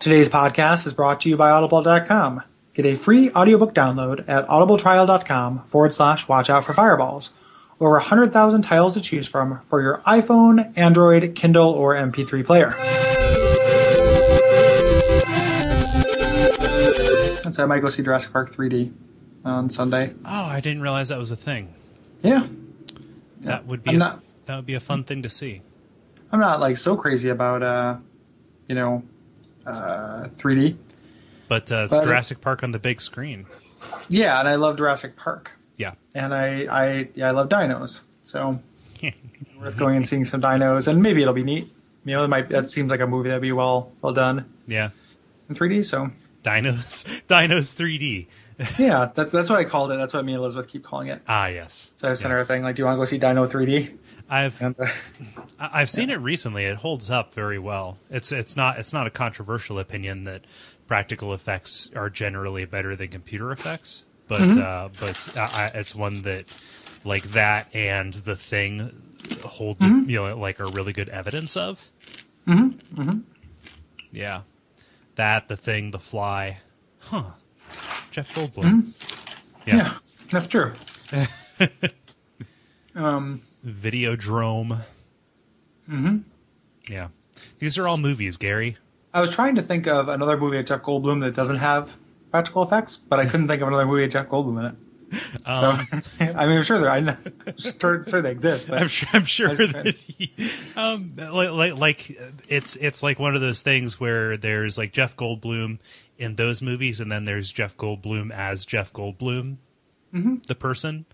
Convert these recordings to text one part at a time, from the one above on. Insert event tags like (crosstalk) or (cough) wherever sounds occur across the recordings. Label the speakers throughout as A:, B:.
A: Today's podcast is brought to you by Audible.com. Get a free audiobook download at audibletrial.com forward slash watch out for fireballs. Over 100,000 titles to choose from for your iPhone, Android, Kindle, or MP3 player. And so I might go see Jurassic Park 3D on Sunday.
B: Oh, I didn't realize that was a thing.
A: Yeah.
B: That would
A: I'm
B: be a,
A: not-
B: that would be a fun thing to see.
A: I'm not like so crazy about, uh, you know, uh, 3D.
B: But uh, it's
A: But-
B: Jurassic Park on the big screen.
A: Yeah, and I love Jurassic Park.
B: Yeah. (laughs)
A: and I I yeah, I love dinos, so
B: Mm-hmm.
A: worth going and seeing some dinos, and maybe it'll be neat. You know, it might that seems like a movie that'd be well well done
B: Yeah.
A: in 3D. So
B: Dinos (laughs) Dinos 3D.
A: yeah, that's that's what I called it. That's what me and Elizabeth keep calling it.
B: Ah, yes.
A: So I sent her a
B: Yes.
A: thing like, "Do you want to go see Dino 3D?"
B: I've
A: And uh,
B: I- I've seen it recently. It holds up very well. It's it's not it's not a controversial opinion that practical effects are generally better than computer effects, but uh, but I, I- it's one that like that and the thing hold you know like are really good evidence of. Mm-hmm. Mm-hmm. Yeah, that the thing, the fly, huh? Jeff Goldblum.
A: (laughs) yeah.
B: Mm-hmm. Yeah.
A: that's true. um,
B: Videodrome. Mm-hmm. Yeah, these are all movies, Gary.
A: I was trying to think of another movie with Jeff Goldblum that doesn't have practical effects, but I couldn't think of another movie with Jeff Goldblum in it. So (laughs) I mean, I'm sure there, I know, sure, sure they exist, but
B: Um. I'm sure. I'm sure
A: That's
B: that he, um, like, like it's it's like one of those things where there's like Jeff Goldblum in those movies, and then there's Jeff Goldblum as Jeff Goldblum, the person.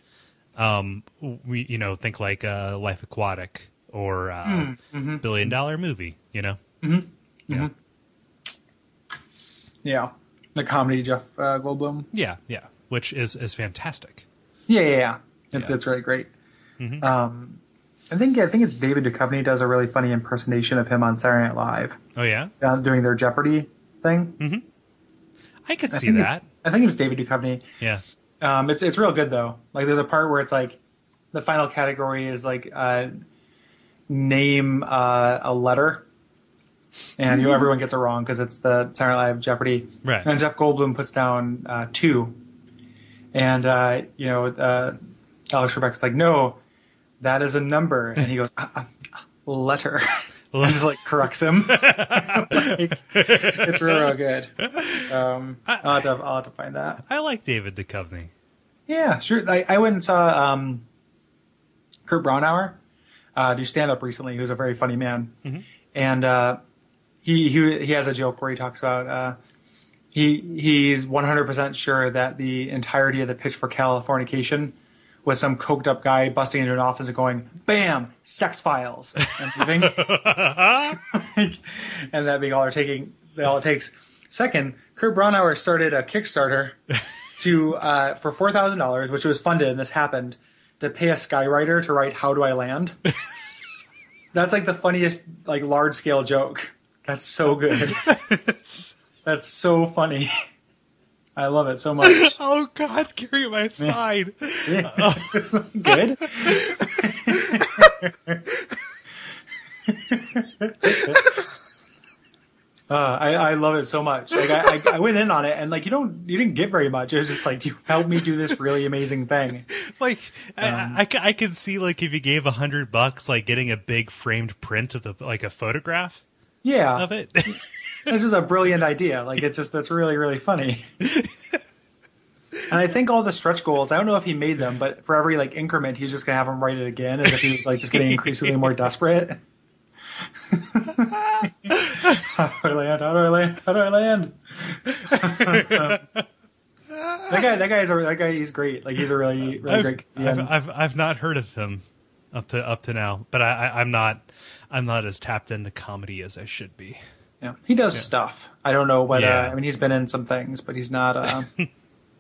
B: Um, we you know think like uh, Life Aquatic or uh, Billion Dollar Movie, you know. Mm-hmm. Yeah,
A: Yeah, the comedy Jeff uh, Goldblum.
B: yeah, yeah. Which is is fantastic.
A: Yeah, yeah, yeah. It's,
B: Yeah.
A: it's really great. Um, I think I think it's David Duchovny does a really funny impersonation of him on Saturday Night Live
B: Oh yeah,
A: uh, doing their Jeopardy thing.
B: I could
A: I
B: see
A: (laughs) think it's-
B: that.
A: I think it's David Duchovny.
B: Yeah.
A: Um, it's it's real good though. Like there's a part where it's like the final category is like uh, name uh, a letter, and you know, everyone gets it wrong because it's the Saturday Night Live Jeopardy.
B: Right.
A: And Jeff Goldblum puts down uh, two, and uh, you know uh, Alex Trebek's like, no, that is a number, and he goes, uh, uh, uh, letter. (laughs) And just like corrects him. (laughs) Like, it's real, real good. Um, I'll, have to, I'll have to find that.
B: I like David Duchovny. (laughs)
A: Yeah, sure. I, I went and saw um, Kurt Braunauer uh, do stand up recently. He was a very funny man, and uh, he he he has a joke where he talks about uh, he he's one hundred percent sure that the entirety of the pitch for Californication was some coked up guy busting into an office and going, "Bam, sex files," and leaving. Like, (laughs) and that being all they're taking, all it takes. Second, Kurt Braunauer started a Kickstarter to uh, for four thousand dollars, which was funded, and this happened to pay a skywriter to write "How Do I Land." That's like the funniest, like large scale joke. That's so good. That's so funny. I love it so much.
B: (laughs) Oh God, Gary, (laughs) my side. (laughs) Uh,
A: It's not good. (laughs) Uh, I, I love it so much. Like I, I, I went in on it, and like you don't, you didn't get very much. It was just like, do you help me do this really amazing thing?
B: like I I, I, ca- I can see like if you gave a hundred bucks like getting a big framed print of the like a photograph
A: Yeah,
B: of (laughs) it
A: this is a brilliant idea. Like it's just that's really really funny. And I think all the stretch goals. I don't know if he made them, but for every like increment, he was just gonna have him write it again, as if he was like just getting increasingly more desperate. how do I land? How do I land? How do I land? that guy, that guy's a, that guy. He's great. Like he's a really, really
B: I've,
A: great.
B: I've,
A: comedian.
B: I've, I've not heard of him up to up to now but I, I i'm not i'm not as tapped into comedy as i should be
A: Yeah, he does stuff. I don't know whether.
B: Yeah.
A: I mean, he's been in some things, but he's not.
B: (laughs)
A: Uh,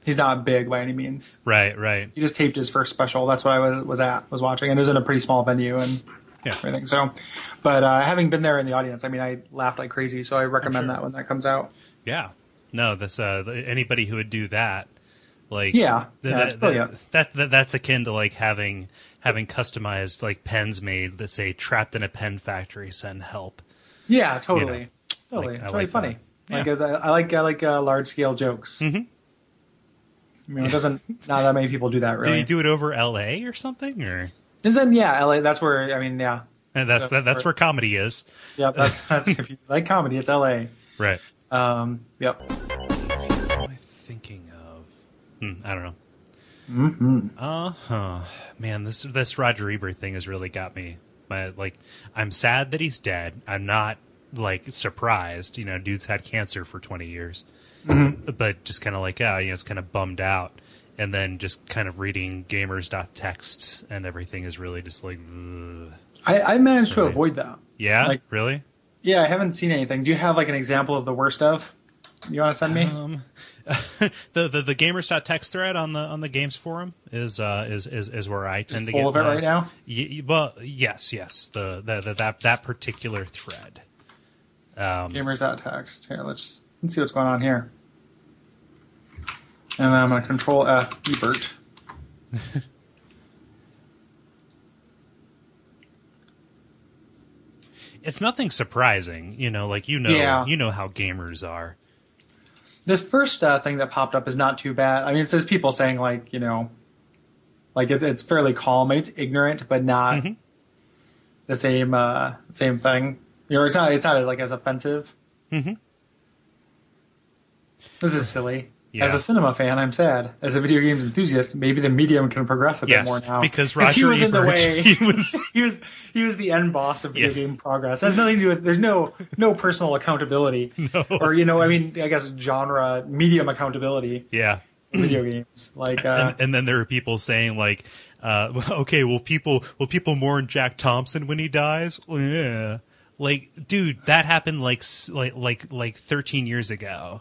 A: he's not big by any means.
B: right right
A: he just taped his first special. That's what I was, was at, was watching, and it was in a pretty small venue and
B: Yeah.
A: everything. So, but uh, having been there in the audience, I mean, I laughed like crazy. So I recommend
B: sure.
A: that when that comes out.
B: yeah no that's uh anybody who would do that like
A: Yeah.
B: th-
A: Yeah,
B: that-
A: it's brilliant.
B: that, that, that's akin to like having having customized like pens made that say trapped in a pen factory send help
A: Yeah, totally,
B: Like,
A: totally,
B: I
A: it's really
B: like
A: funny.
B: that.
A: Like it's, I, I like I like uh, large scale jokes.
B: Mhm.
A: I mean, it doesn't. not that many people do that,
B: Did
A: really.
B: he (laughs) do it over L.A. or something? Or
A: Isn't yeah? LA, that's where I mean, yeah,
B: and that's
A: So-
B: that, that's where comedy is,
A: yep.
B: (laughs)
A: That's, that's if you like comedy, it's L.A.
B: right?
A: Um, yep.
B: What am I thinking of? Hmm, I don't know. Uh huh. Man, this this Roger Ebert thing has really got me. My like, I'm sad that he's dead. I'm not like surprised. You know, dude's had cancer for 20 years, but just kind of like, yeah, you know, it's kind of bummed out. And then just kind of reading gamers.txt and everything is really just like, ugh.
A: I, I managed to
B: Right.
A: avoid that.
B: yeah,
A: Like-
B: really.
A: Yeah, I haven't seen anything. Do you have like an example of the worst of? You want to send me?
B: Um, (laughs) the the the gamers.txt thread on the on the games forum is uh is is, is where I tend to
A: full
B: get
A: of it
B: my-
A: right now?
B: Y- y- well, yes, yes, the, the, the that that particular thread. Um,
A: Gamers at text. Here, let's let's see what's going on here. And I'm gonna control F Ebert.
B: It's nothing surprising, you know. Like you know,
A: Yeah.
B: you know how gamers are.
A: This first uh, thing that popped up is not too bad. I mean, it says people saying like you know, like it, it's fairly calm. It's ignorant, but not
B: Mhm.
A: the same uh, same thing. You know, it's not it's not like as offensive. Mm-hmm.
B: Mhm.
A: This is silly.
B: Yeah.
A: As a cinema fan, I'm sad. As a video games enthusiast, maybe the medium can progress a bit more
B: Yes,
A: now.
B: because
A: 'Cause
B: Roger
A: he was in the
B: Ebert,
A: way.
B: (laughs) he was
A: (laughs) he was he was the end boss of video
B: Yeah.
A: game progress. has nothing to do with there's no no personal accountability
B: (laughs) No.
A: or you know I mean I guess genre medium accountability
B: yeah. (clears throat)
A: in video games like uh,
B: and, and then there are people saying like, uh, (laughs) okay, will people will people mourn Jack Thompson when he dies? Yeah. Like, dude, that happened like s- like like like 13 years ago.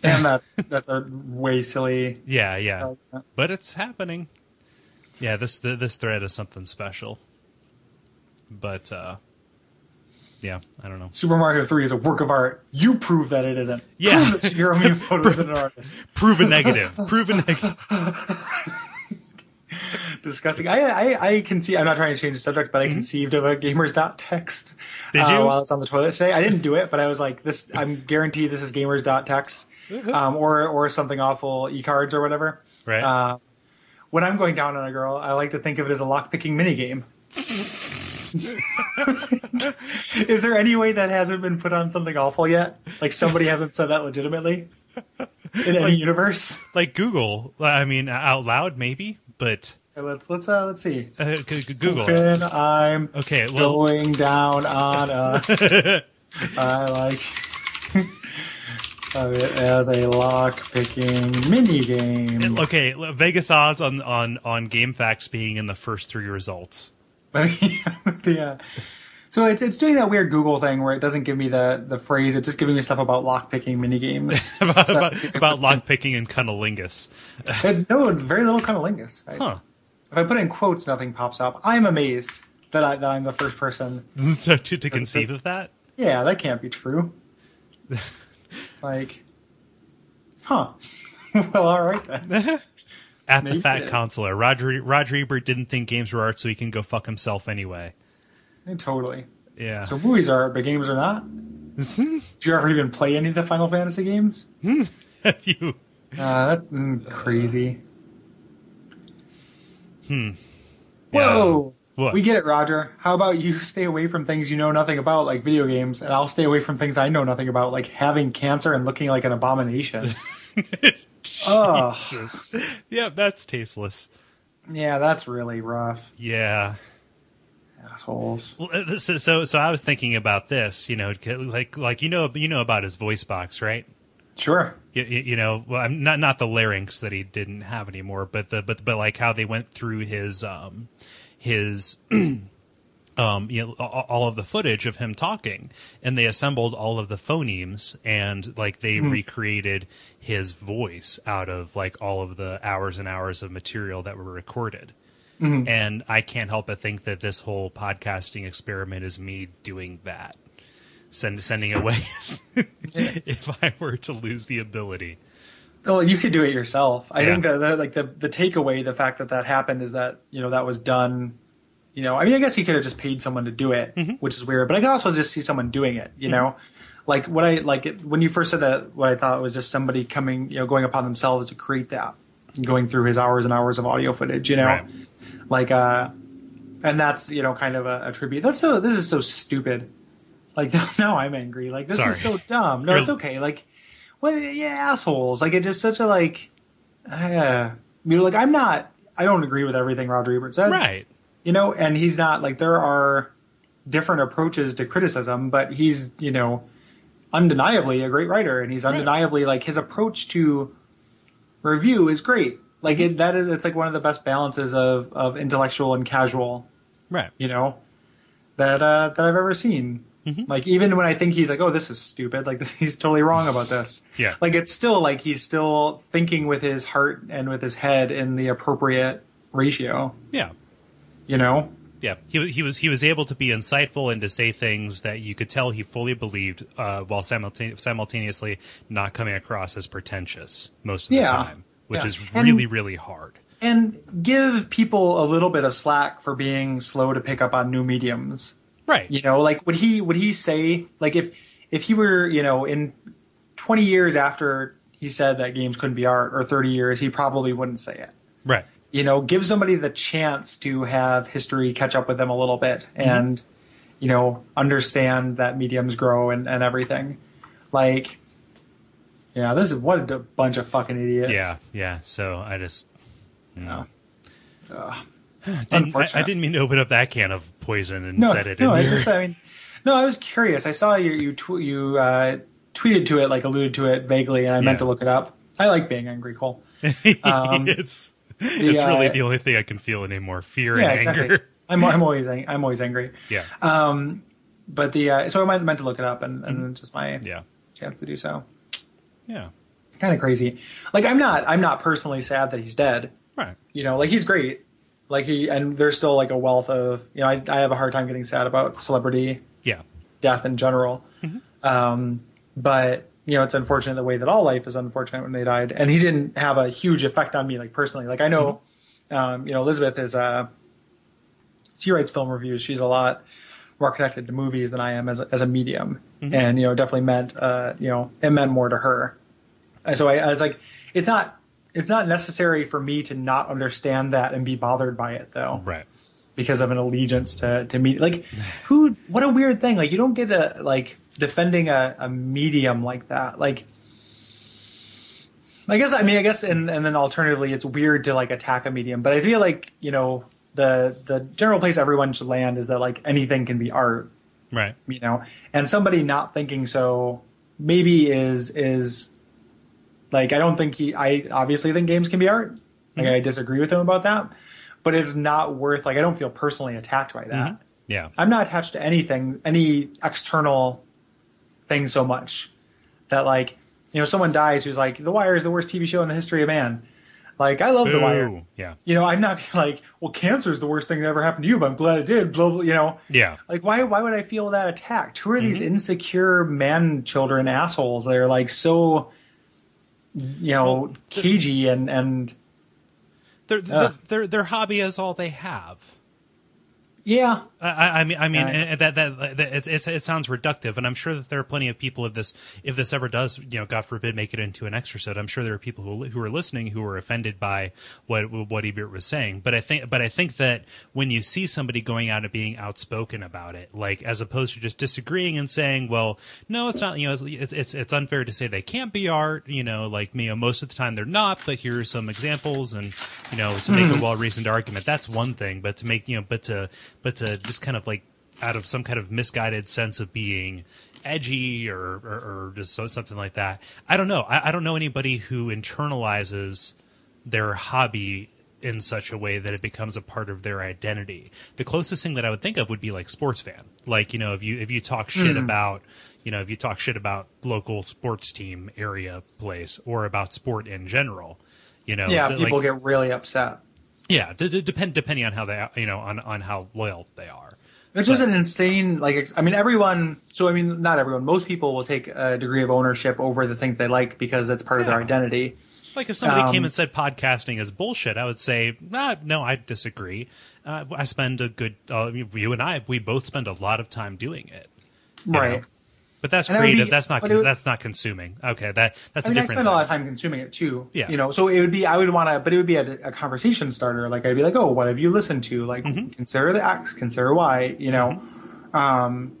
A: (laughs) and that that's a way silly.
B: Yeah, yeah.
A: uh,
B: but it's happening. Yeah, this th- this thread is something special. But uh yeah, I don't know.
A: Super Mario Three is a work of art. You prove that it isn't.
B: Yeah.
A: prove that
B: (laughs)
A: Shigeru Miyamoto isn't an artist.
B: Prove a (laughs) negative. Prove a negative.
A: Disgusting. I, I I can see. I'm not trying to change the subject, but I conceived of a gamers dot text.
B: Mm-hmm. Did
A: uh,
B: you?
A: while it's on the toilet today, I didn't do it, but I was like, this.
B: (laughs)
A: I'm guaranteed this is gamers dot text, um, or or something awful e cards or whatever.
B: Right.
A: Uh, when I'm going down on a girl, I like to think of it as a lockpicking minigame. (laughs) is there any way that hasn't been put on something awful yet? Like
B: (laughs)
A: somebody hasn't said that legitimately in any universe. (laughs)
B: like Google. I mean, out loud maybe, but
A: Okay, let's let's uh, let's see.
B: uh, g- g- Google. it.
A: When I'm
B: Okay, well,
A: going down on
B: (laughs)
A: a. I liked of it as a lock picking mini (laughs) game.
B: okay, l- Vegas odds on on on GameFAQs being in the first 3 results. (laughs)
A: yeah. So it's it's doing that weird Google thing where it doesn't give me the, the phrase. It's just giving me stuff about lock picking mini
B: (laughs)
A: games.
B: about about, about lockpicking and cunnilingus.
A: no, very little cunnilingus. I-
B: Huh. (laughs)
A: If I put in quotes, nothing pops up. I'm amazed that I that I'm the first person.
B: so to, to conceive of that?
A: Yeah, that can't be
B: (laughs)
A: true. like, huh? (laughs) well, all right then.
B: at
A: Maybe
B: the fat
A: it is.
B: consular. Roger Roger Ebert didn't think games were art, so he can go fuck himself anyway.
A: Eh, Totally.
B: Yeah.
A: So movies are, but games are not. Do you ever even play any of the Final Fantasy games?
B: (laughs) Have you?
A: Uh, that's mm, crazy.
B: Yeah.
A: Whoa!
B: What? (laughs)
A: We get it, Roger. How about you stay away from things you know nothing about, like video games, and I'll stay away from things I know nothing about, like having cancer and looking like an abomination. oh,
B: Jesus. Yeah, that's tasteless.
A: yeah, that's really rough,
B: Yeah.
A: assholes.
B: Well, uh, So, so so I was thinking about this. You know, like like you know you know about his voice box, right?
A: Sure.
B: you, you know, well, I'm not not the larynx that he didn't have anymore, but the but but like how they went through his um his (clears throat) um you know a- all of the footage of him talking, and they assembled all of the phonemes and like they recreated his voice out of like all of the hours and hours of material that were recorded. And I can't help but think that this whole podcasting experiment is me doing that send, sending away (laughs) if I were to lose the ability.
A: Well, you could do it yourself. I
B: Yeah.
A: think that, that like the the takeaway, the fact that that happened is that you know that was done.
B: Mm-hmm.
A: You know, I mean, I guess he could have just paid someone to do it, which is weird. But I can also just see someone doing it. You know, like what I like it, when you first said that, what I thought was just somebody coming, you know, going upon themselves to create that, going through his hours and hours of audio footage, you know,
B: Right.
A: like uh, and that's you know kind of a, a tribute. That's so this is so stupid. Like (laughs) now I'm angry. Like this
B: Sorry.
A: is so dumb. No,
B: You're-
A: it's okay. Like what? Yeah, assholes. Like it just such a like. Uh, you know, like I'm not. I don't agree with everything Roger Ebert said
B: Right.
A: you know and he's not like there are different approaches to criticism but he's you know undeniably a great writer and he's undeniably like his approach to review is great like it, that is it's like one of the best balances of of intellectual and casual
B: Right.
A: you know that uh that i've ever seen
B: Mhm.
A: like even when i think he's like oh this is stupid like (laughs) this, he's totally wrong about this
B: Yeah.
A: like it's still like he's still thinking with his heart and with his head in the appropriate ratio
B: Yeah.
A: you know
B: Yeah, he he was he was able to be insightful and to say things that you could tell he fully believed, uh, while simultane- simultaneously not coming across as pretentious most of the
A: Yeah.
B: time, which
A: Yeah.
B: is
A: And-
B: really really hard.
A: and give people a little bit of slack for being slow to pick up on new mediums
B: Right.
A: you know like would he would he say like if if he were you know in 20 years after he said that games couldn't be art or 30 years he probably wouldn't say it
B: Right.
A: you know give somebody the chance to have history catch up with them a little bit
B: Mm-hmm.
A: and you know understand that mediums grow and, and everything like yeah this is what a bunch of fucking idiots
B: Yeah. Yeah. So I just
A: you know. Ugh.
B: didn't, I, I
A: Unfortunate.
B: didn't mean to open up that can of poison and set it
A: no,
B: in
A: it's-
B: there.
A: it's- I mean, no, I was curious. I saw you you tw- you uh, tweeted to it, like alluded to it vaguely, and I meant
B: Yeah.
A: to look it up. I like being angry, Cole.
B: (laughs)
A: um,
B: it's it's really
A: uh,
B: the only thing I can feel anymore: fear
A: Yeah,
B: and
A: exactly.
B: anger.
A: (laughs) I'm, I'm always ang- I'm always angry.
B: (laughs) Yeah.
A: Um, but the uh, so I meant, meant to look it up, and, and it's just my
B: Mm-hmm. yeah.
A: chance to do so.
B: Yeah.
A: Kind of crazy. Like I'm not I'm not personally sad that he's dead.
B: Right.
A: You know, like he's great. Like he and there's still like a wealth of you know I I have a hard time getting sad about celebrity
B: Yeah.
A: death in general. Um, but you know, it's unfortunate the way that all life is unfortunate when they died. And he didn't have a huge effect on me, like personally. Like I know, um, you know, Elizabeth is uh, she writes film reviews. She's a lot more connected to movies than I am as a, as a medium, and you know, definitely meant uh, you know, it meant more to her. And so I, I was like, it's not. It's not necessary for me to not understand that and be bothered by it, though
B: Right.
A: because of an allegiance to to media. Like, who? What a weird thing. Like, you don't get a like defending a, a medium like that. Like, I guess I mean I guess and and then alternatively, it's weird to like attack a medium. But I feel like you know the the general place everyone should land is that like anything can be art.
B: Right.
A: You know, and somebody not thinking so maybe is is like I don't think he. I obviously think games can be art. Like I disagree with him about that, but it's not worth. Like I don't feel personally attacked by that.
B: Mhm. Yeah.
A: I'm not attached to anything, any external thing so much that like you know someone dies who's like The Wire is the worst TV show in the history of man. Like I love The Wire.
B: Boo. Yeah.
A: You know I'm not (laughs) like well cancer is the worst thing that ever happened to you, but I'm glad it did. Blah blah. You know
B: Yeah.
A: like why why would I feel that attacked? Who are these
B: Mm-hmm.
A: insecure man children assholes that are like so you know cagey and and
B: Their
A: Ugh.
B: their their their hobby is all they have.
A: yeah
B: I- I, I mean, I mean
A: Right.
B: and that, that that it's, it's it sounds reductive, and I'm sure that there are plenty of people. If this if this ever does, you know, God forbid, make it into an exorcist, I'm sure there are people who li- who are listening who are offended by what what Ebert was saying. But I think but I think that when you see somebody going out and being outspoken about it, like as opposed to just disagreeing and saying, well, no, it's not. You know, it's it's it's unfair to say they can't be art. You know, like you know, most of the time they're not. But here are some examples, and you know, to make a well reasoned argument, that's one thing. But to make you know, but to but to just kind of like out of some kind of misguided sense of being edgy or or, or just so, something like that. I don't know. I, I don't know anybody who internalizes their hobby in such a way that it becomes a part of their identity. The closest thing that I would think of would be like sports fan. Like, you know, if you if you talk
A: Hmm.
B: shit about, you know, if you talk shit about local sports team area place or about sport in general, you know,
A: yeah
B: that,
A: people
B: Oh, like-
A: get really upset.
B: yeah, d- d- depend depending on how they you know on on how loyal they are.
A: It's just an insane, like, I mean, everyone, so I mean, not everyone, most people will take a degree of ownership over the things they like because that's part of their
B: Yeah.
A: identity.
B: Like if somebody
A: Um,
B: came and said podcasting is bullshit, I would say, ah, no, I disagree. Uh, I spend a good, uh, you and I, we both spend a lot of time doing it. you
A: Right.
B: know? But that's
A: And I would
B: creative.
A: be-
B: that's not
A: but it would-
B: that's not consuming. Okay, that that's
A: I mean,
B: a
A: I
B: different.
A: spend a lot
B: thing.
A: of time consuming it too.
B: Yeah.
A: You know, so it would be, I would want to, but it would be a, a conversation starter. Like, I'd be like, oh, what have you listened to? Like,
B: Mm-hmm.
A: consider the X, consider Y, you know. Um,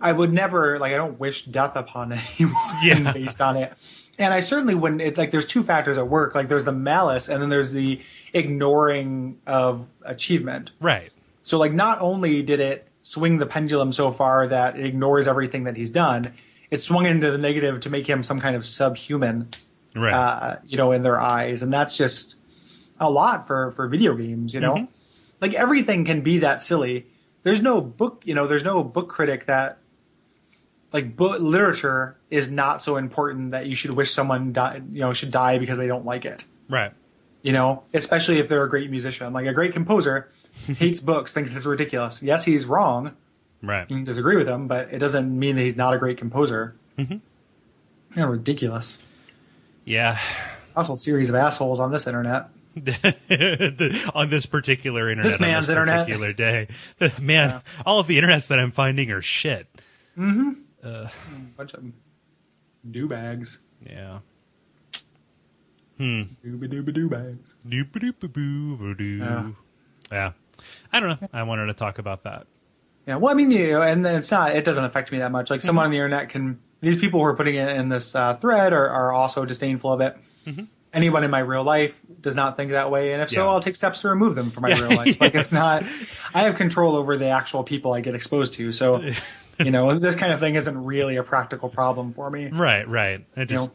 A: I would never, like, I don't wish death upon (laughs) anyone
B: Yeah.
A: based on it. And I certainly wouldn't, it, like, there's two factors at work. Like, there's the malice, and then there's the ignoring of achievement.
B: Right.
A: So like not only did it swing the pendulum so far that it ignores everything that he's done, it swung into the negative to make him some kind of subhuman,
B: Right.
A: uh, you know, in their eyes, and that's just a lot for for video games, you know. Like everything can be that silly. There's no book, you know, there's no book critic that like book literature is not so important that you should wish someone die, you know, should die because they don't like it
B: right.
A: you know, especially if they're a great musician. Like a great composer hates books, thinks it's ridiculous. Yes, he's wrong.
B: Right.
A: You can disagree with him, but it doesn't mean that he's not a great composer. Yeah, ridiculous.
B: Yeah. (laughs)
A: Also, a series of assholes on this internet.
B: The- on this particular internet, on
A: man's
B: this
A: internet.
B: particular day, (laughs) man, all of the internets that I'm finding are shit.
A: Bunch of do bags.
B: Yeah.
A: Dooba dooba do bags.
B: Yeah.
A: Yeah.
B: yeah. I don't know. I wanted to talk about that.
A: Yeah. Well, I mean, you know, and it's not. It doesn't affect me that much. Like
B: Mm-hmm.
A: someone on the internet can. These people who are putting it in this uh, thread are, are also disdainful of it. Anyone in my real life does not think that way, and if so,
B: Mm-hmm. Yeah.
A: I'll take steps to remove them from my real life. Like it's
B: Yes.
A: not. I have control over the actual people I get exposed to,
B: (laughs)
A: so you know this kind of thing isn't really a practical problem for me.
B: Right, right. I just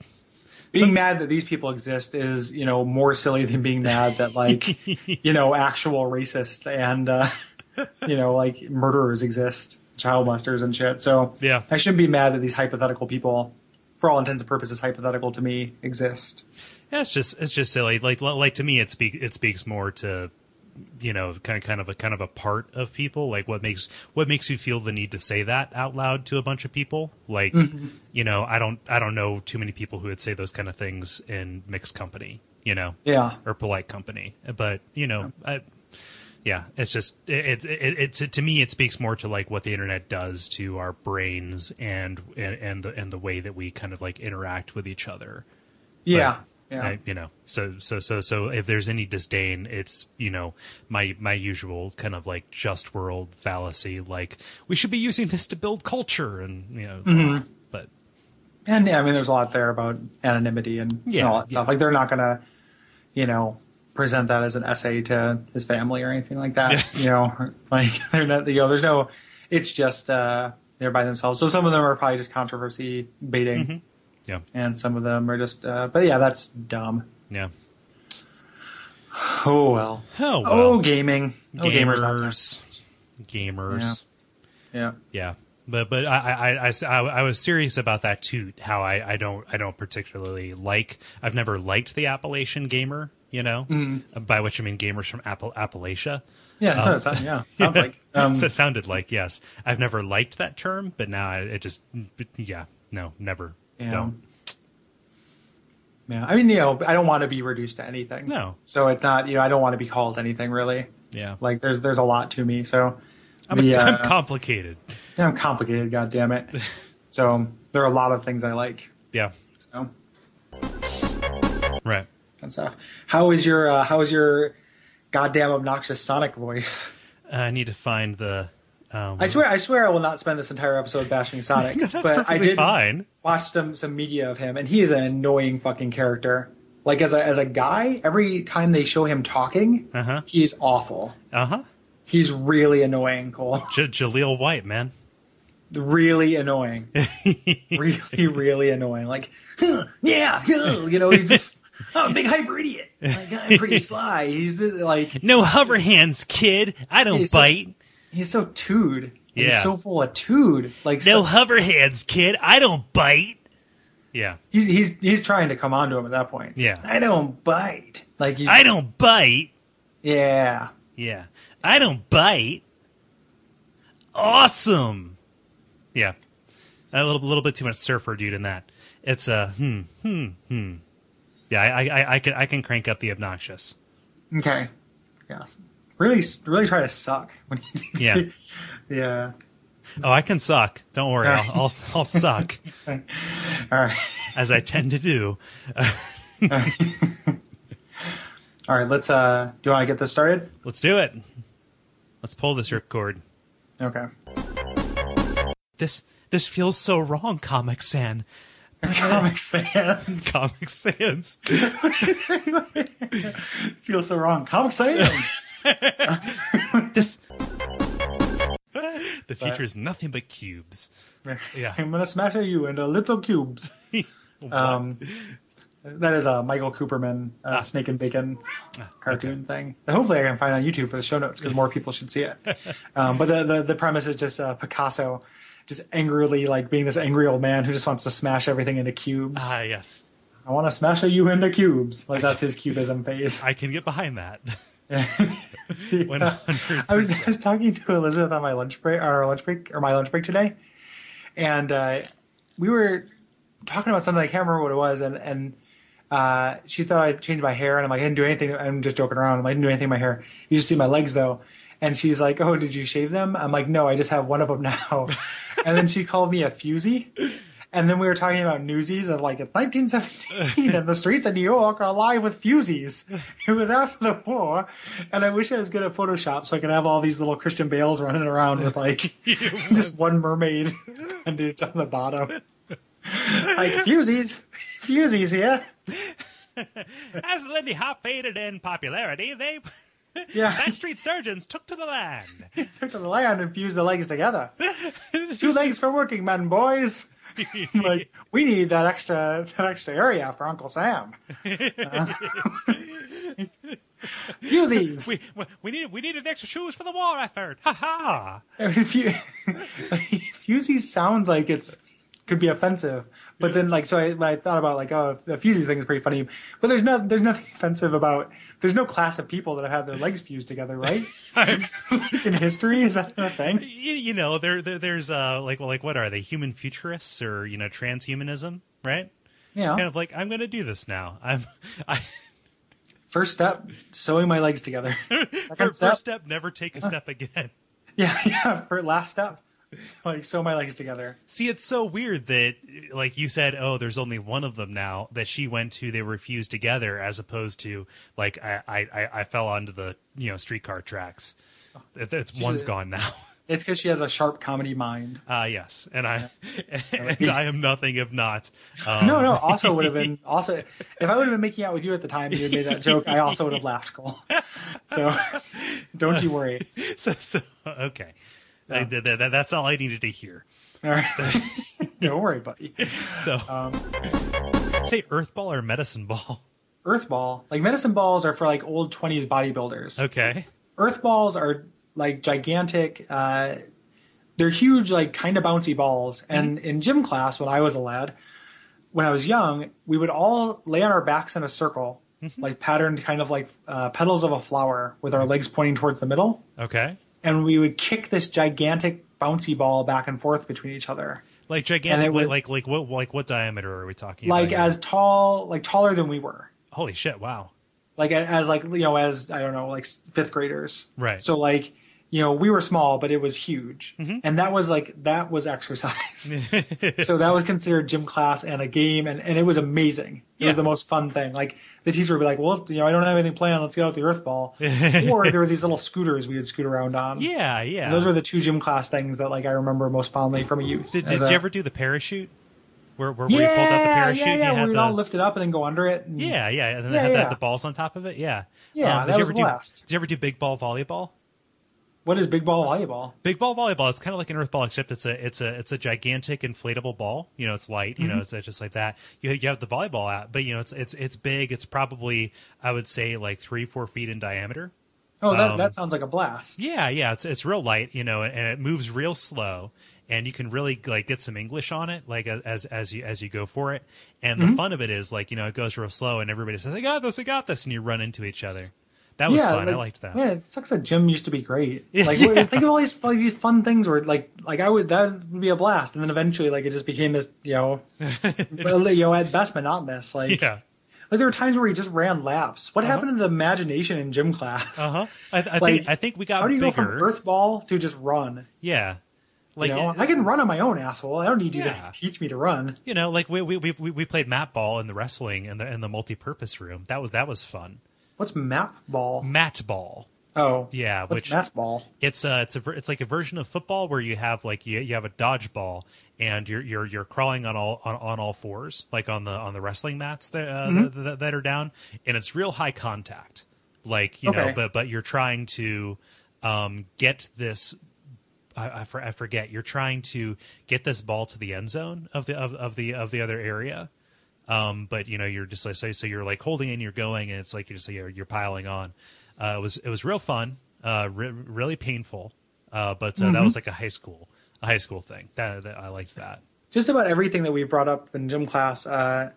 A: Being mad that these people exist is, you know, more silly than being mad that like, you know, actual racists and, uh, you know, like murderers exist, child molesters and shit. So
B: Yeah.
A: I shouldn't be mad that these hypothetical people, for all intents and purposes, hypothetical to me, exist.
B: yeah, it's just it's just silly. Like like to me, it speak it speaks more to you know kind of kind of a kind of a part of people. Like what makes what makes you feel the need to say that out loud to a bunch of people. Like you know, I don't I don't know too many people who would say those kind of things in mixed company. You know,
A: Yeah.
B: or polite company. But you know, I, yeah, it's just it, it, it, it to me it speaks more to like what the internet does to our brains and and and the and the way that we kind of like interact with each other.
A: Yeah.
B: But,
A: yeah.
B: I- you know, so so so so if there's any disdain, it's you know my my usual kind of like just world fallacy, like we should be using this to build culture, and you know,
A: Mm-hmm.
B: but
A: and yeah, I mean, there's a lot there about anonymity and, and
B: Yeah,
A: all that stuff. Like they're not gonna, you know, present that as an essay to his family or anything like that. You know, (laughs) like they're not, you know, there's no. It's just uh, they're by themselves. So some of them are probably just controversy baiting,
B: Mm-hmm. yeah,
A: and some of them are just. Uh, but yeah, that's dumb.
B: yeah.
A: Oh well.
B: Oh well,
A: Oh, gaming. Oh, gamers. out there.
B: gamers, gamers.
A: Yeah. Yeah.
B: Yeah, but but I I, I- I s- I- I was serious about that too. How I, I don't I don't particularly like. I've never liked the Appalachian gamer. You know,
A: Mm-hmm.
B: by which I mean gamers from Apple Appalachia.
A: Yeah. It sounds, yeah.
B: (laughs)
A: Sounds like. Um,
B: so it sounded like yes. I've never liked that term, but now I, it just yeah no never
A: Yeah.
B: don't
A: yeah. I mean, you know, I don't want to be reduced to anything.
B: No.
A: So it's not, you know, I don't want to be called anything really.
B: yeah.
A: Like there's there's a lot to me. So
B: I'm, a-
A: the,
B: I'm
A: uh,
B: complicated.
A: I'm complicated. God damn it.
B: (laughs)
A: So there are a lot of things I like.
B: Yeah,
A: So
B: right.
A: and stuff. How is your uh, how is your goddamn obnoxious Sonic voice?
B: Uh, I need to find the. Um,
A: I swear I swear I will not spend this entire episode
B: (laughs)
A: bashing Sonic.
B: that's
A: but I
B: perfectly
A: did
B: fine.
A: watch some some media of him, and he is an annoying fucking character. Like as a as a guy, every time they show him talking,
B: Uh-huh.
A: he is awful.
B: Uh huh.
A: He's really annoying, Cole.
B: J- Jaleel White, man.
A: really
B: (laughs)
A: annoying. really, really annoying. Like, "Huh, yeah, huh," you know, he's
B: (laughs)
A: just I'm a big hyper idiot. Like, I'm pretty sly. He's the, like
B: No hover hands, kid. I don't
A: He's so-
B: bite.
A: he's so tood.
B: Yeah.
A: He's so full of tood. Like
B: No
A: so-
B: hover hands, kid. I don't bite. Yeah.
A: He's he's he's trying to come on to him at that point.
B: Yeah.
A: I don't bite. Like you,
B: I don't bite.
A: Yeah.
B: Yeah. I don't bite. Awesome. Yeah. A little, little bit too much surfer dude in that. It's a hmm, hmm, hmm. Yeah, I, I, I can, I can crank up the obnoxious.
A: Okay. Yes. Really, really try to suck when you
B: Yeah.
A: (laughs) Yeah.
B: Oh, I can suck. Don't worry. I'll, I'll, I'll suck
A: All right.
B: as I tend to do.
A: All right. Let's. Uh, do you want to get this started?
B: Let's do it. Let's pull this ripcord.
A: Okay. (laughs)
B: This this feels so wrong, Comic San.
A: Comic Sans.
B: Comic Sans.
A: (laughs) Feels so wrong. Comic Sans.
B: This. The future is nothing but cubes. (laughs) Yeah.
A: I'm gonna smash you into little
B: (laughs)
A: cubes. um, that is a Michael Cooperman
B: Ah.
A: uh, Snake and Bacon cartoon thing. That hopefully, I can find on YouTube for the show notes because more people should
B: (laughs)
A: see it. Um, but the, the the premise is just uh, Picasso, just angrily like being this angry old man who just wants to smash everything into cubes.
B: Ah, yes.
A: I want to smash you into cubes. Like that's his cubism phase.
B: (laughs) I can get behind that.
A: (laughs) Yeah.
B: 100%.
A: I was I was talking to Elizabeth on my lunch break, our lunch break, or my lunch break today, and uh, we were talking about something I can't remember what it was, and and uh, she thought I changed my hair, and I'm like I didn't do anything. I'm just joking around. I'm like, I didn't do anything to my hair. You just see my legs though, and she's like, "Oh, did you shave them?" I'm like, "No, I just have one of them now," and then she called me a fusee. And then we were talking about newsies of like it's 1917 and the streets of New York are alive with fusees. (laughs) It was after the war, and I wish I was good at Photoshop so I could have all these little Christian Bales running around with like (laughs) just one mermaid (laughs) and it's on the bottom. Like fusees, fusees here.
B: As Lindy Hop faded in popularity, they
A: Yeah,
B: backstreet surgeons took to the (laughs) land.
A: (laughs) took to the land and fused the legs together. Two legs for working men, boys. like
B: (laughs)
A: we need that extra that extra area for Uncle Sam. Uh, (laughs) Fusees.
B: We, we- we needed we needed extra shoes for the war effort. Ha ha!
A: I mean, fu- (laughs) Fusey sounds like it's could be offensive, but then like so I, I thought about like oh the Fusey thing is pretty funny, but there's no there's nothing offensive about there's no class of people that have had their legs fused together,
B: (laughs)
A: right? (laughs) In history, is that a
B: You,
A: thing?
B: you know there, there there's uh like well, like what are they human futurists or you know transhumanism right?
A: Yeah.
B: It's kind of like I'm going to do this now. (laughs) I'm I
A: First step, sewing my legs
B: (laughs)
A: together. Second
B: first,
A: step,
B: first step never take a step again. (laughs)
A: (laughs) yeah, yeah. For last step, like sew my legs together.
B: See, it's so weird that like you said, oh, there's only one of them now that she went to. They were fused together as opposed to like I I I- I fell onto the you know streetcar tracks.
A: Oh.
B: It- It's one's
A: a-
B: gone now. (laughs)
A: It's because she has a sharp comedy mind.
B: Uh, yes, and (laughs) I and I am nothing if not. Um,
A: (laughs)
B: (laughs)
A: No, no. Also would have been also if I would have been making out with you at the time you had made that joke, I also would have laughed, Cole. So don't you worry.
B: So, so okay,
A: Yeah.
B: Like, th- th- th- that's all I needed to hear.
A: All right. (laughs) don't worry, buddy.
B: So
A: Um, Oh.
B: say earth ball or medicine ball. (laughs)
A: earth ball, like medicine balls, are for like old twenties bodybuilders.
B: Okay,
A: Earth balls are like gigantic. Uh, they're huge, like kind of bouncy balls. And in gym class, when I was a lad, when I was young, we would all lay on our backs in a circle, like patterned, kind of like uh, petals of a flower, with our legs pointing towards the middle.
B: okay,
A: and we would kick this gigantic bouncy ball back and forth between each other.
B: like gigantic,
A: would-
B: like like what like what diameter are we talking?
A: Like
B: about here?
A: as tall, like taller than we were.
B: holy shit! Wow, (laughs)
A: Like a- as like you know as I don't know like s- fifth graders.
B: Right. Mm-hmm.
A: So like you know we were small, but it was huge, and that was like that was exercise.
B: (laughs)
A: (laughs) so that was considered gym class and a game, and and it was amazing. It
B: Yeah.
A: was the most fun thing. Like the teacher would be like, "Well, you know, I don't have anything planned. Let's get out the earth
B: (laughs)
A: ball." or there were these little scooters we would scoot around on.
B: yeah, yeah.
A: And those are the two gym class things that like I remember most fondly from a youth.
B: did,
A: as
B: did
A: a-
B: you ever do the parachute? Where where,
A: yeah,
B: where you pulled out the parachute?
A: Yeah,
B: and
A: yeah.
B: you
A: where
B: had
A: we'd
B: the,
A: all lift it up and then go under it. And
B: Yeah, yeah, and then they
A: Yeah,
B: had
A: yeah.
B: That, the balls on top of it. Yeah,
A: Yeah,
B: Um,
A: that
B: did you
A: was
B: ever
A: blast.
B: do? Did you ever do big ball volleyball?
A: What is big ball volleyball?
B: Big ball volleyball. It's kind of like an earth ball, except it's a it's a it's a gigantic inflatable ball. You know, it's light. You know,
A: Mm-hmm.
B: it's, it's just like that. You have, you have the volleyball out, but you know, it's it's it's big. It's probably I would say like three four feet in diameter.
A: Oh, that,
B: Um,
A: that sounds like a blast.
B: Yeah, yeah. It's it's real light. You know, and it moves real slow, and you can really like get some English on it, like as as you as you go for it. And
A: Mm-hmm.
B: the fun of it is like you know it goes real slow, and everybody says I got this, I got this, and you run into each other. That was
A: yeah,
B: fun.
A: like,
B: I liked that. (laughs)
A: Man, it sucks that gym used to be great.
B: Yeah.
A: Like think of all these like, these fun things where like like I would that would be a blast, and then eventually like it just became this you
B: (laughs)
A: know well, you know at best monotonous. Like
B: Yeah. Uh-huh.
A: like there were times where we just ran laps. What happened to the imagination in gym class?
B: Uh huh. I, I
A: Like,
B: think I think we
A: (laughs)
B: got
A: How do you
B: bigger.
A: go from earth ball to just run?
B: Yeah. Like
A: you know,
B: it-
A: I can run on my own, asshole. I don't need you
B: Yeah.
A: to teach me to run.
B: you know, like we we we, we we played mat ball in the wrestling and the in the multi-purpose room. That was that was fun.
A: What's map ball?
B: Mat ball.
A: Oh,
B: Yeah,
A: What's
B: which-
A: map ball?
B: It's a it's a ver- it's like a version of football where you have like you, you have a dodgeball and you're you're you're crawling on all on, on all fours like on the on the wrestling mats that uh, th- th- that are down and it's real high contact like you know
A: Okay.
B: but but you're trying to um, get this I, I, for, I forget you're trying to get this ball to the end zone of the of, of the of the other area um, but you know you're just like so, so you're like holding and you're going and it's like you're just you're, you're piling on uh, it was it was real fun uh, re- really painful uh, but uh, that was like a high school a high school thing that, that I liked that
A: Just about everything that we brought up in gym class uh,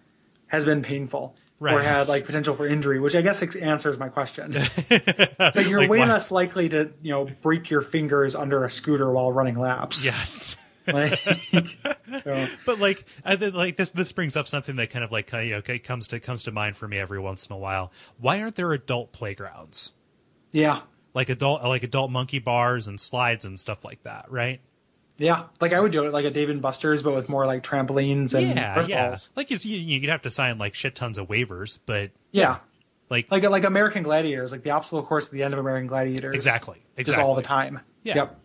A: has been painful or
B: Right.
A: had like potential for injury, which I guess ex- answers my
B: (laughs)
A: question. it's like you're way
B: why-
A: less likely to you know break your fingers under a scooter while running laps.
B: (laughs) yes.
A: (laughs) Like, so,
B: but like I think, like this this brings up something that kind of like kind of, okay comes to comes to mind for me every once in a while. Why aren't there adult playgrounds?
A: yeah.
B: Like adult like adult monkey bars and slides and stuff like that, right?
A: Yeah, like I would do it like a Dave and Buster's, but with more like trampolines and
B: yeah,
A: earth
B: yeah.
A: balls.
B: Like you, see, you'd have to sign like shit tons of waivers, but
A: Yeah,
B: like,
A: like like American Gladiators, like the obstacle course at the end of American Gladiators.
B: exactly, exactly.
A: just all the time.
B: Yeah.
A: Yep.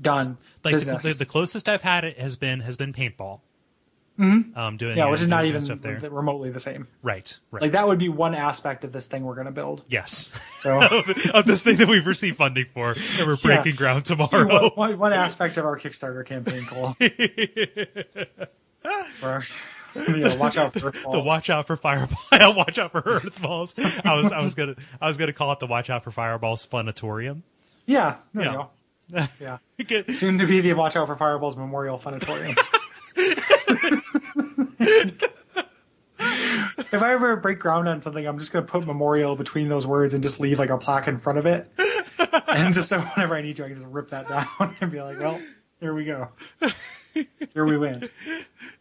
A: Done.
B: Like the,
A: Business.
B: the, the closest I've had it has been has been paintball. Mm-hmm. Um, doing
A: yeah, which is
B: doing
A: not
B: that
A: even
B: stuff there.
A: th- remotely the same.
B: right, right.
A: Like that would be one aspect of this thing we're going to build.
B: Yes, (laughs)
A: So
B: of this thing that we've received funding for, and we're breaking
A: (laughs)
B: ground
A: one,
B: tomorrow.
A: one- one aspect of our Kickstarter campaign,
B: (laughs)
A: Cole. Where- you know, watch out for earth
B: (laughs) the
A: balls.
B: watch out for fireball (laughs) watch out for earthfalls i was i was gonna i was gonna call it the watch out for fireballs funatorium
A: Yeah. There
B: Yeah.
A: you go. Yeah.
B: (laughs) Get-
A: Soon to be the Watch Out for Fireballs Memorial
B: (laughs)
A: Funatorium. if I ever break ground on something, I'm just going to put memorial between those words and just leave like a plaque in front of it. And just so whenever I need to, I can just rip that down (laughs) and be like, well, here we go. Here we win.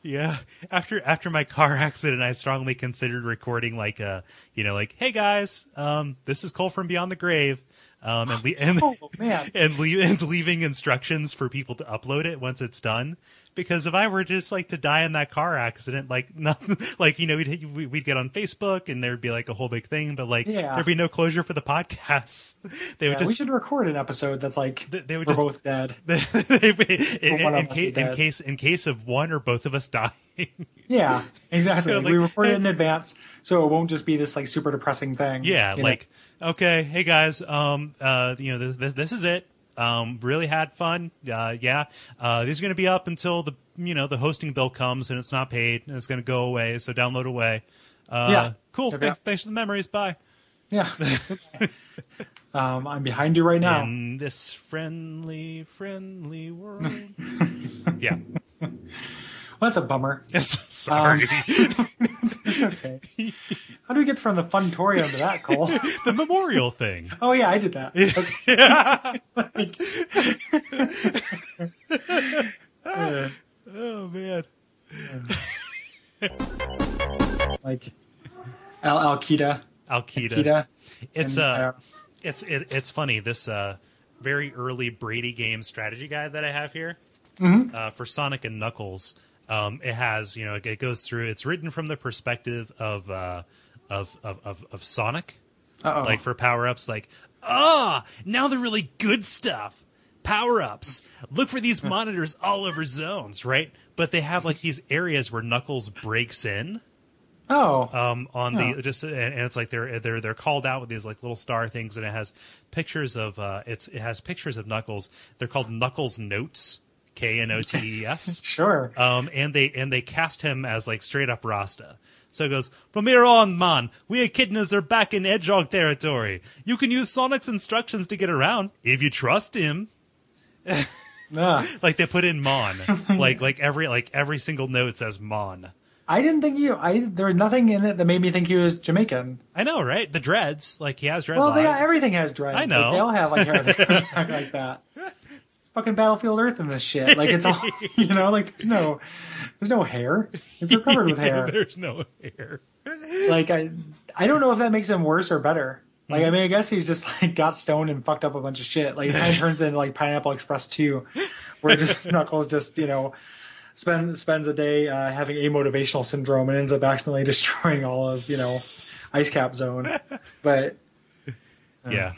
B: yeah after after my car (laughs) accident i strongly considered recording like a you know like hey guys um this is cole from beyond the grave um
A: (gasps)
B: and le- and,
A: Oh, man.
B: (laughs) and, le- and leaving instructions for people to upload it once it's done because if i were just like to die in that car accident like (laughs) nothing like you know we'd we'd get on facebook and there'd be like a whole big thing but like
A: Yeah.
B: there'd be no closure for the podcasts (laughs) they would
A: Yeah, we
B: just
A: should record an episode that's like,
B: They- they would
A: we're
B: just-
A: both dead.
B: in,
A: one of
B: in,
A: us is
B: case, in
A: dead.
B: case in case of one or both of us (laughs) dying
A: Yeah, exactly.
B: So,
A: we
B: like-
A: record it in advance so it won't just be this like super depressing thing.
B: yeah
A: you know?
B: like okay hey guys um uh you know this this, this is it um really had fun uh yeah uh these are gonna be up until the you know the hosting bill comes and it's not paid and it's gonna go away so download away uh
A: Yeah.
B: cool
A: Yep,
B: Thank-
A: yep.
B: thanks for the memories bye
A: Yeah.
B: (laughs)
A: (laughs) um, I'm behind you right now.
B: in this friendly friendly world
A: (laughs)
B: yeah (laughs)
A: well, that's a bummer.
B: sorry
A: Um, It's okay. How do we get from the funtorium to that, Cole?
B: (laughs) (laughs) the memorial thing
A: (laughs)
B: (laughs) Oh,
A: oh yeah, I did that. Okay. Like-
B: oh man
A: (laughs) like Al Al Qaeda.
B: al qaeda
A: Qaeda.
B: it's
A: and,
B: uh it's it, it's funny this uh very early brady game strategy guide that i have here uh, for sonic and knuckles um it has you know it, it goes through it's written from the perspective of uh of of of, of sonic
A: uh, uh-oh.
B: like for power-ups like ah now the really good stuff power-ups look for these monitors all over zones right but they have like these areas where knuckles breaks in
A: oh,
B: um, on
A: Oh.
B: the just and, and it's like they're they're they're called out with these like little star things, and it has pictures of uh, it's it has pictures of Knuckles. They're called Knuckles notes, K N O T E
A: (laughs)
B: S.
A: sure.
B: Um, and they and they cast him as like straight up Rasta. So it goes from here on, man. We echidnas are back in Edgehog territory. You can use Sonic's instructions to get around if you trust him
A: Ugh.
B: like they put in
A: (laughs)
B: mon like like every like every single note says mon
A: I didn't think you. I there was nothing in it that made me think he was Jamaican.
B: i know right the dreads like he has dreadlocks
A: Well, they, everything has dreads.
B: I know.
A: Like, they all have like
B: (laughs)
A: hair that comes back like that. It's fucking Battlefield Earth in this shit. Like it's all (laughs) you know. Like there's no, there's no hair. If they're covered
B: (laughs)
A: with hair,
B: There's no hair.
A: like I, I don't know if that makes him worse or better. Like I
B: Mm-hmm.
A: mean, I guess he's just like got stoned and fucked up a bunch of shit. Like it kind of turns into like Pineapple Express two, where just (laughs) Knuckles just you know spend, spends a day uh, having a motivational syndrome and ends up accidentally (laughs) destroying all of you know Ice Cap Zone. But
B: yeah.